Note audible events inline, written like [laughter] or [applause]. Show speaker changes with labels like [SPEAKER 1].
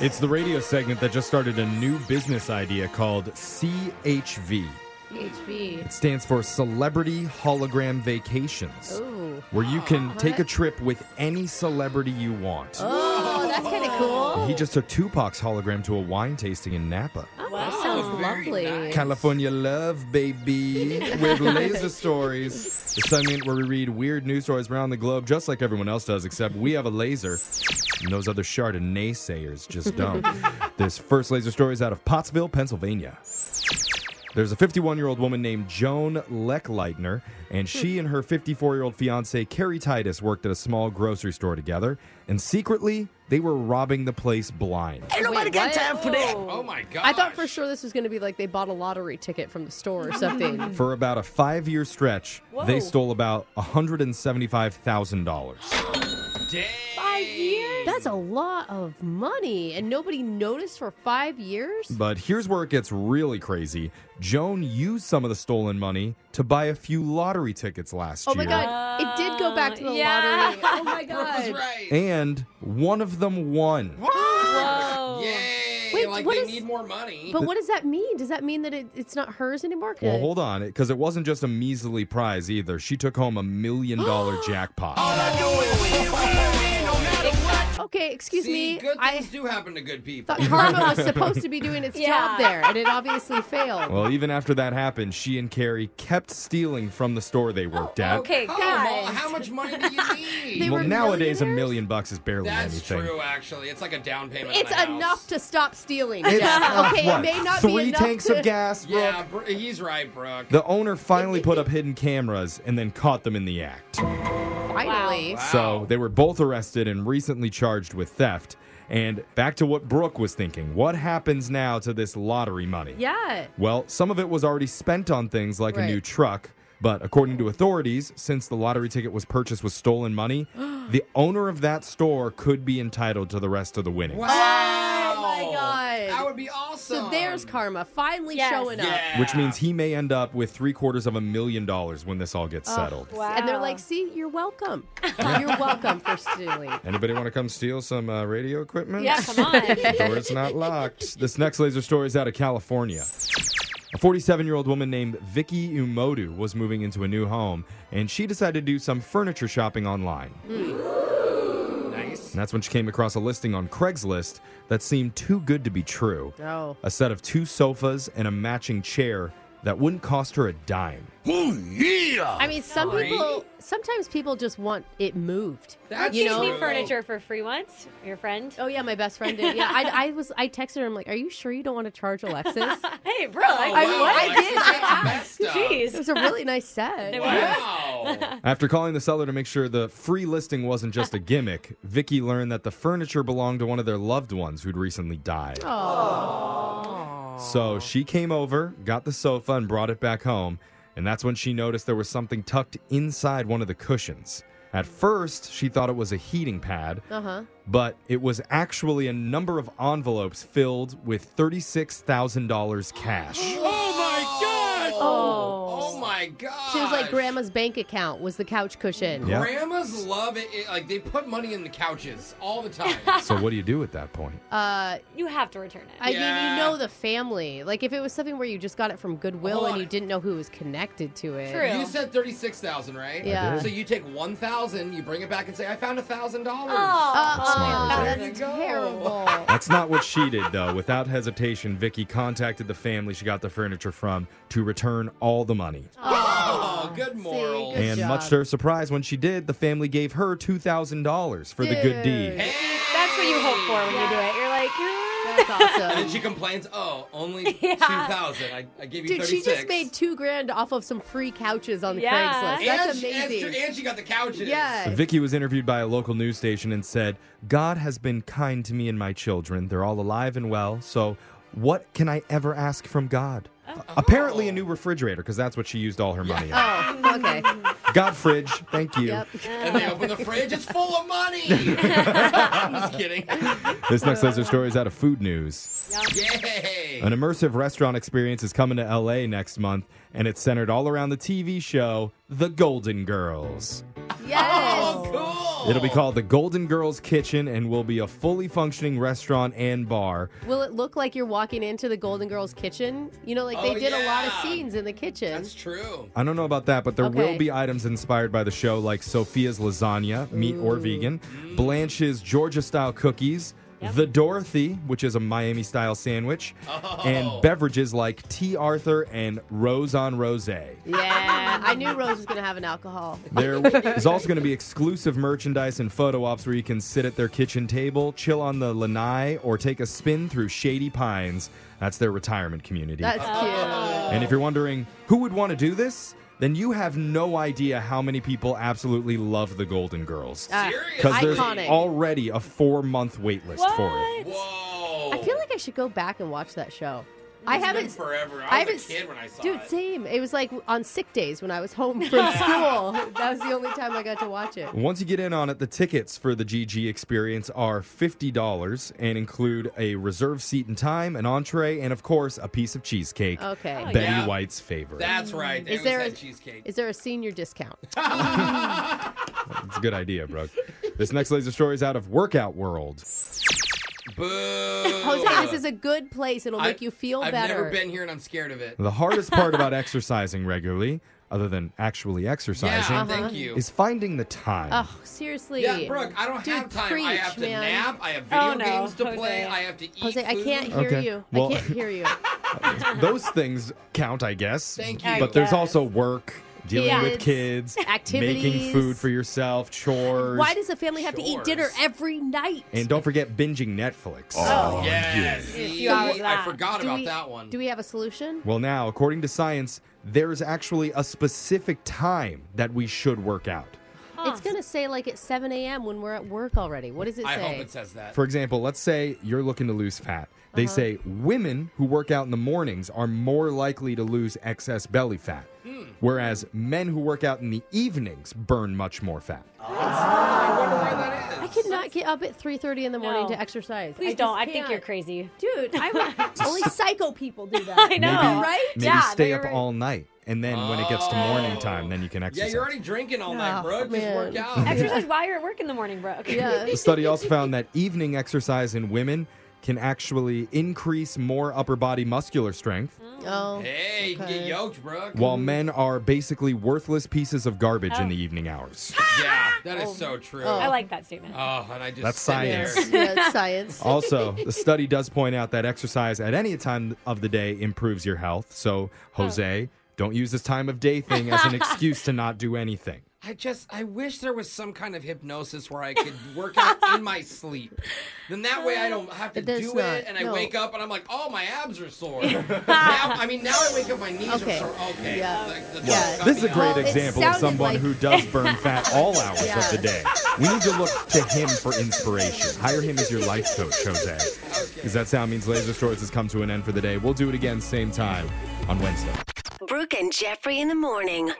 [SPEAKER 1] It's the radio segment that just started a new business idea called CHV.
[SPEAKER 2] HB.
[SPEAKER 1] It stands for Celebrity Hologram Vacations,
[SPEAKER 2] Ooh.
[SPEAKER 1] where you can take a
[SPEAKER 2] what?
[SPEAKER 1] trip with any celebrity you want.
[SPEAKER 2] Oh, that's kind of cool.
[SPEAKER 1] He just took Tupac's hologram to a wine tasting in Napa.
[SPEAKER 2] Oh, that sounds lovely.
[SPEAKER 1] California love, baby, with laser stories. The segment where we read weird news stories around the globe, just like everyone else does, except we have a laser, and those other Chardonnay sayers just don't. this first laser story is out of Pottsville, Pennsylvania. There's a 51 year old woman named Joan Lechleitner, and she and her 54 year old fiance, Carrie Titus, worked at a small grocery store together, and secretly, they were robbing the place blind.
[SPEAKER 3] Ain't nobody
[SPEAKER 2] Wait,
[SPEAKER 3] got
[SPEAKER 2] what?
[SPEAKER 3] time for that.
[SPEAKER 4] Oh my god!
[SPEAKER 2] I thought for sure this was going to be like they bought a lottery ticket from the store or [laughs] something.
[SPEAKER 1] For about a five year stretch, they
[SPEAKER 3] Whoa.
[SPEAKER 1] stole about $175,000.
[SPEAKER 4] Dang.
[SPEAKER 2] That's a lot of money, and nobody noticed for five years.
[SPEAKER 1] But here's where it gets really crazy. Joan used some of the stolen money to buy a few lottery tickets last
[SPEAKER 2] Oh
[SPEAKER 1] year.
[SPEAKER 2] my god, it did go back to the
[SPEAKER 3] yeah.
[SPEAKER 2] lottery. [laughs] Oh my
[SPEAKER 4] Brooke was
[SPEAKER 2] god.
[SPEAKER 4] right.
[SPEAKER 1] And one of them won.
[SPEAKER 3] Whoa.
[SPEAKER 4] Yay!
[SPEAKER 2] Wait,
[SPEAKER 4] like
[SPEAKER 2] what
[SPEAKER 4] they
[SPEAKER 2] is-
[SPEAKER 4] need more money.
[SPEAKER 2] But what does that mean? Does that mean that it, it's not hers anymore?
[SPEAKER 1] Well, hold on, because it wasn't just a measly prize either. She took home a million
[SPEAKER 2] [gasps]
[SPEAKER 1] dollar jackpot.
[SPEAKER 2] Oh, Okay, excuse
[SPEAKER 4] See,
[SPEAKER 2] me.
[SPEAKER 4] good
[SPEAKER 2] I
[SPEAKER 4] things do happen to good people.
[SPEAKER 2] thought karma [laughs] was supposed to be doing its
[SPEAKER 3] Yeah.
[SPEAKER 2] job there, and it [laughs] obviously failed.
[SPEAKER 1] Well, even after that happened, she and Carrie kept stealing from the store they worked at.
[SPEAKER 3] Okay,
[SPEAKER 4] Oh,
[SPEAKER 3] guys.
[SPEAKER 4] well, how much money do
[SPEAKER 2] [laughs]
[SPEAKER 4] you
[SPEAKER 2] They
[SPEAKER 4] need?
[SPEAKER 2] were-
[SPEAKER 1] Well, nowadays, a
[SPEAKER 2] millionaires?
[SPEAKER 1] million bucks is barely
[SPEAKER 4] That's
[SPEAKER 1] anything.
[SPEAKER 4] true. Actually, it's like a down payment.
[SPEAKER 2] It's
[SPEAKER 4] on a house.
[SPEAKER 2] enough to stop stealing.
[SPEAKER 1] It's, uh,
[SPEAKER 2] Jeff. Okay,
[SPEAKER 1] what,
[SPEAKER 2] it may not
[SPEAKER 1] three
[SPEAKER 2] be enough
[SPEAKER 1] tanks
[SPEAKER 2] to...
[SPEAKER 1] of gas, Brooke.
[SPEAKER 4] Yeah, Br- he's right, Brooke.
[SPEAKER 1] The owner finally put up hidden cameras and then caught them in the act.
[SPEAKER 2] Finally,
[SPEAKER 4] Wow.
[SPEAKER 1] So they were both arrested and recently charged with theft. And back to what Brooke was thinking what happens now to this lottery money?
[SPEAKER 2] yeah.
[SPEAKER 1] Well, some of it was already spent on things like a
[SPEAKER 2] Right.
[SPEAKER 1] new truck. But according to authorities, since the lottery ticket was purchased with stolen
[SPEAKER 2] [gasps]
[SPEAKER 1] money, the owner of that store could be entitled to the rest of the winnings.
[SPEAKER 4] Wow!
[SPEAKER 2] Oh my God.
[SPEAKER 4] That would be awesome.
[SPEAKER 2] So there's karma finally
[SPEAKER 3] Yes.
[SPEAKER 2] showing up.
[SPEAKER 4] Yeah.
[SPEAKER 1] Which means he may end up with three quarters of a million dollars when this all gets settled.
[SPEAKER 3] Wow.
[SPEAKER 2] And they're like, see, you're
[SPEAKER 4] [laughs]
[SPEAKER 2] welcome. you're welcome for stealing.
[SPEAKER 1] Anybody want to come steal some uh, radio equipment?
[SPEAKER 3] yeah, come [laughs] on.
[SPEAKER 1] Door's not locked. This next laser story is out of California. A 47 year old woman named Vicky Umodu was moving into a new home, and she decided to do some furniture shopping online.
[SPEAKER 4] nice.
[SPEAKER 1] And that's when she came across a listing on Craigslist that seemed too good to be true
[SPEAKER 2] Oh.
[SPEAKER 1] a set of two sofas and a matching chair that wouldn't cost her a dime.
[SPEAKER 4] Oh,
[SPEAKER 2] I mean, some
[SPEAKER 4] Sorry.
[SPEAKER 2] people, sometimes people just want it moved.
[SPEAKER 4] That's
[SPEAKER 2] you
[SPEAKER 3] You
[SPEAKER 2] know?
[SPEAKER 3] me
[SPEAKER 4] true.
[SPEAKER 3] furniture for free once. Your friend.
[SPEAKER 2] Oh yeah, my best friend did. Yeah, I, I was. I texted her. I'm like, "Are you sure you don't want to charge Alexis?"
[SPEAKER 3] Hey, bro.
[SPEAKER 4] Oh,
[SPEAKER 3] I
[SPEAKER 4] wow,
[SPEAKER 2] what? I
[SPEAKER 4] Alexis,
[SPEAKER 2] did, I [laughs]
[SPEAKER 4] that's messed up.
[SPEAKER 2] It
[SPEAKER 3] [laughs] Jeez.
[SPEAKER 2] was a really nice set.
[SPEAKER 4] Wow.
[SPEAKER 1] After calling the seller to make sure the free listing wasn't just a gimmick, Vicky learned that the furniture belonged to one of their loved ones who'd recently died. So she came over, got the sofa, and brought it back home. And that's when she noticed there was something tucked inside one of the cushions. At first, she thought it was a heating pad,
[SPEAKER 2] Uh huh.
[SPEAKER 1] but it was actually a number of envelopes filled with $36,000 cash.
[SPEAKER 4] Oh my god!
[SPEAKER 2] Oh.
[SPEAKER 4] Oh my god!
[SPEAKER 2] She was like, "Grandma's bank account was the couch cushion."
[SPEAKER 1] Yeah.
[SPEAKER 4] Grandmas love it, it- Like they put money in the couches all
[SPEAKER 2] [laughs]
[SPEAKER 4] the time.
[SPEAKER 1] So, what do you do at that point?
[SPEAKER 2] Uh,
[SPEAKER 3] You have to return it.
[SPEAKER 2] I mean,
[SPEAKER 4] Yeah.
[SPEAKER 2] you know the family. Like, if it was something where you just got it from Goodwill
[SPEAKER 4] Hold
[SPEAKER 2] and
[SPEAKER 4] on.
[SPEAKER 2] you didn't know who was connected to it.
[SPEAKER 3] True.
[SPEAKER 4] you said thirty-six thousand, right?
[SPEAKER 2] Yeah.
[SPEAKER 1] did.
[SPEAKER 4] So you take one thousand, you bring it back and say, "I found a thousand
[SPEAKER 3] Oh.
[SPEAKER 4] dollars."
[SPEAKER 2] Uh-uh,
[SPEAKER 1] Smart,
[SPEAKER 4] is it?
[SPEAKER 2] that's
[SPEAKER 4] There you go.
[SPEAKER 2] terrible.
[SPEAKER 1] That's not what she did, though. Without hesitation, Vicky contacted the family she got the furniture from to return all the money.
[SPEAKER 4] Oh, good morals.
[SPEAKER 2] good
[SPEAKER 1] and
[SPEAKER 2] job.
[SPEAKER 1] much to her surprise, when she did, the family gave her $2,000 for the good
[SPEAKER 2] Yay.
[SPEAKER 1] deed.
[SPEAKER 3] That's what you hope for when you do it. You're like,
[SPEAKER 2] That's
[SPEAKER 4] And then
[SPEAKER 2] awesome.
[SPEAKER 4] she complains, "Oh,
[SPEAKER 2] [laughs]
[SPEAKER 4] only
[SPEAKER 3] Yeah.
[SPEAKER 4] two thousand. I, I gave you
[SPEAKER 2] Dude, she
[SPEAKER 4] thirty-six.
[SPEAKER 2] just made two grand off of some free couches on the
[SPEAKER 3] Yeah.
[SPEAKER 2] Craigslist.
[SPEAKER 4] and
[SPEAKER 2] That's
[SPEAKER 4] she, and she-
[SPEAKER 2] amazing.
[SPEAKER 4] and she got the couches.
[SPEAKER 2] Yeah.
[SPEAKER 1] Vicky was interviewed by a local news station and said, God has been kind to me and my children. They're all alive and well, so what can I ever ask from God? Apparently, a new refrigerator, because that's what she used all her money on.
[SPEAKER 2] Oh, okay.
[SPEAKER 1] God, fridge, thank you.
[SPEAKER 4] [laughs]
[SPEAKER 2] Yep.
[SPEAKER 4] And they open the fridge; it's full
[SPEAKER 2] [laughs]
[SPEAKER 4] of money. [laughs] I'm just kidding.
[SPEAKER 1] This next laser story is out of food news.
[SPEAKER 4] Yay!
[SPEAKER 1] An immersive restaurant experience is coming to LA next month, and it's centered all around the TV show The Golden Girls.
[SPEAKER 2] Yes.
[SPEAKER 4] Oh, cool.
[SPEAKER 1] It'll be called the Golden Girls Kitchen and will be a fully functioning restaurant and bar.
[SPEAKER 2] Will it look like you're walking into the Golden Girls kitchen? You know, like they
[SPEAKER 4] Oh,
[SPEAKER 2] did a lot of
[SPEAKER 4] yeah.
[SPEAKER 2] scenes in the kitchen.
[SPEAKER 4] That's true.
[SPEAKER 1] I don't know about that, but there
[SPEAKER 2] Okay.
[SPEAKER 1] will be items inspired by the show like Sophia's lasagna, meat or vegan, Blanche's Georgia style cookies,
[SPEAKER 3] Yep.
[SPEAKER 1] the Dorothy, which is a Miami style sandwich,
[SPEAKER 4] Oh.
[SPEAKER 1] and beverages like Tea Arthur and Rose on Rose.
[SPEAKER 2] yeah, I knew Rose was gonna have an alcohol.
[SPEAKER 1] There is also going to be exclusive merchandise and photo ops where you can sit at their kitchen table, chill on the lanai, or take a spin through Shady Pines. That's their retirement community.
[SPEAKER 2] That's
[SPEAKER 4] Oh.
[SPEAKER 2] cute.
[SPEAKER 1] And if you're wondering who would want to do this, then you have no idea how many people absolutely love the Golden Girls.
[SPEAKER 2] Ah,
[SPEAKER 1] Because
[SPEAKER 4] Seriously?
[SPEAKER 1] there's
[SPEAKER 2] iconic.
[SPEAKER 1] already a four month wait list
[SPEAKER 3] What?
[SPEAKER 1] for it.
[SPEAKER 4] Whoa.
[SPEAKER 2] I feel like I should go back and watch that show. I
[SPEAKER 4] It's been
[SPEAKER 2] haven't.
[SPEAKER 4] forever. I,
[SPEAKER 2] I
[SPEAKER 4] was
[SPEAKER 2] haven't.
[SPEAKER 4] a kid when I saw
[SPEAKER 2] dude,
[SPEAKER 4] it.
[SPEAKER 2] same. It was like on sick days when I was home from
[SPEAKER 4] [laughs]
[SPEAKER 2] school. That was the only time I got to watch it.
[SPEAKER 1] Once you get in on it, the tickets for the GG experience are $50 and include a reserve seat and time, an entree, and of course, a piece of cheesecake.
[SPEAKER 2] Okay.
[SPEAKER 1] Betty
[SPEAKER 4] Oh, Yeah.
[SPEAKER 1] White's favorite.
[SPEAKER 4] That's right. They
[SPEAKER 2] Is
[SPEAKER 4] always
[SPEAKER 2] there
[SPEAKER 4] had
[SPEAKER 2] a-
[SPEAKER 4] cheesecake.
[SPEAKER 2] Is there a senior
[SPEAKER 4] [laughs]
[SPEAKER 2] discount?
[SPEAKER 4] Oh.
[SPEAKER 1] It's a good idea, Brooke. this next laser story is out of Workout World.
[SPEAKER 4] Boo.
[SPEAKER 2] Jose, this is a good place. It'll
[SPEAKER 4] I-
[SPEAKER 2] make you feel
[SPEAKER 4] I've
[SPEAKER 2] better.
[SPEAKER 4] never been here and I'm scared of it.
[SPEAKER 1] The hardest part
[SPEAKER 4] [laughs]
[SPEAKER 1] about exercising regularly, other than actually exercising,
[SPEAKER 4] Yeah, Uh-huh. thank you.
[SPEAKER 1] is finding the time.
[SPEAKER 2] Oh, seriously.
[SPEAKER 4] Yeah, Brooke, I don't
[SPEAKER 2] Uh-huh. Dude,
[SPEAKER 4] have time. I
[SPEAKER 2] preach,
[SPEAKER 4] have to
[SPEAKER 2] man.
[SPEAKER 4] nap. I have video
[SPEAKER 3] Oh, no,
[SPEAKER 4] games to play.
[SPEAKER 3] Jose.
[SPEAKER 4] I have to eat.
[SPEAKER 2] Jose, I
[SPEAKER 4] food.
[SPEAKER 2] can't hear
[SPEAKER 1] Okay.
[SPEAKER 2] you.
[SPEAKER 1] Well-
[SPEAKER 2] I can't hear
[SPEAKER 1] [laughs]
[SPEAKER 2] you.
[SPEAKER 1] Those things count, I guess.
[SPEAKER 4] Thank you.
[SPEAKER 1] But there's
[SPEAKER 3] I
[SPEAKER 1] also work, dealing with
[SPEAKER 2] Kids,
[SPEAKER 1] kids, making
[SPEAKER 2] activities.
[SPEAKER 1] food for yourself, chores.
[SPEAKER 2] Why does the family have to eat dinner
[SPEAKER 4] Chores.
[SPEAKER 2] every night?
[SPEAKER 1] and don't forget binging Netflix.
[SPEAKER 3] Oh.
[SPEAKER 4] Yes.
[SPEAKER 3] Yeah.
[SPEAKER 4] see,
[SPEAKER 3] You always
[SPEAKER 4] I
[SPEAKER 3] laugh.
[SPEAKER 4] forgot
[SPEAKER 2] do
[SPEAKER 4] about
[SPEAKER 2] we,
[SPEAKER 4] that one.
[SPEAKER 2] Do we have a solution?
[SPEAKER 1] Well, now, according to science, there is actually a specific time that we should work out.
[SPEAKER 2] It's going to say like at 7 a.m. when we're at work already. What does it
[SPEAKER 4] I
[SPEAKER 2] say?
[SPEAKER 4] hope it says that.
[SPEAKER 1] For example, let's say you're looking to lose fat. They say women who work out in the mornings are more likely to lose excess belly fat, whereas men who work out in the evenings burn much more fat.
[SPEAKER 4] I wonder why that is.
[SPEAKER 2] I could not get up at 3.30 in the morning
[SPEAKER 3] No.
[SPEAKER 2] to exercise.
[SPEAKER 3] Please
[SPEAKER 2] I
[SPEAKER 3] don't. I
[SPEAKER 2] just
[SPEAKER 3] think
[SPEAKER 2] can't.
[SPEAKER 3] you're crazy.
[SPEAKER 2] Dude,
[SPEAKER 3] [laughs]
[SPEAKER 2] I would, only psycho people do that.
[SPEAKER 3] I know,
[SPEAKER 1] maybe,
[SPEAKER 3] right?
[SPEAKER 1] Maybe
[SPEAKER 3] yeah, no,
[SPEAKER 1] stay
[SPEAKER 3] you're
[SPEAKER 1] up
[SPEAKER 3] right.
[SPEAKER 1] all night, and then when it gets to morning
[SPEAKER 4] Oh.
[SPEAKER 1] time, then you can
[SPEAKER 4] Yeah,
[SPEAKER 1] exercise.
[SPEAKER 4] you're already drinking all night,
[SPEAKER 2] Oh,
[SPEAKER 4] bro. Just
[SPEAKER 2] man.
[SPEAKER 4] work out.
[SPEAKER 3] Exercise while you're at work in the morning, Brooke.
[SPEAKER 2] Yeah.
[SPEAKER 1] the study also found that evening exercise in women can actually increase more upper body muscular strength,
[SPEAKER 2] Oh.
[SPEAKER 4] Hey, get
[SPEAKER 2] Okay.
[SPEAKER 4] yoked, bro.
[SPEAKER 1] while men are basically worthless pieces of garbage in
[SPEAKER 3] Oh.
[SPEAKER 1] the evening hours.
[SPEAKER 4] Yeah, that is so true.
[SPEAKER 2] Oh.
[SPEAKER 4] Oh,
[SPEAKER 3] [laughs] I like that statement.
[SPEAKER 4] and I just
[SPEAKER 1] That's
[SPEAKER 4] sit there.
[SPEAKER 1] science.
[SPEAKER 2] yeah, it's science.
[SPEAKER 1] Also, the study does point out that exercise at any time of the day improves your health. So, Jose, don't use this time of day thing as
[SPEAKER 2] [laughs]
[SPEAKER 1] an excuse to not do anything.
[SPEAKER 4] I just I wish there was some kind of hypnosis where I could work out in my sleep. Then that way I don't have to
[SPEAKER 2] There's
[SPEAKER 4] do
[SPEAKER 2] not,
[SPEAKER 4] it, and I
[SPEAKER 2] no.
[SPEAKER 4] wake up and I'm like, oh, my abs are
[SPEAKER 2] [laughs]
[SPEAKER 4] sore. now, I mean, now I wake up, my knees
[SPEAKER 2] Okay.
[SPEAKER 4] are sore. Okay,
[SPEAKER 2] Yeah.
[SPEAKER 4] like, the
[SPEAKER 2] Yeah.
[SPEAKER 4] doctor got
[SPEAKER 1] This is
[SPEAKER 4] me
[SPEAKER 1] a great
[SPEAKER 4] off.
[SPEAKER 2] Well, it
[SPEAKER 1] example of
[SPEAKER 2] sounded
[SPEAKER 1] someone
[SPEAKER 2] like-
[SPEAKER 1] who
[SPEAKER 2] [laughs]
[SPEAKER 1] does burn fat all hours
[SPEAKER 2] Yeah.
[SPEAKER 1] of the day. We need to look to him for inspiration. Hire him as your life coach, Jose. Because that sound means Laser Shorts has come to an end for the day. We'll do it again, same time on Wednesday.
[SPEAKER 5] Brooke and Jeffrey in the morning.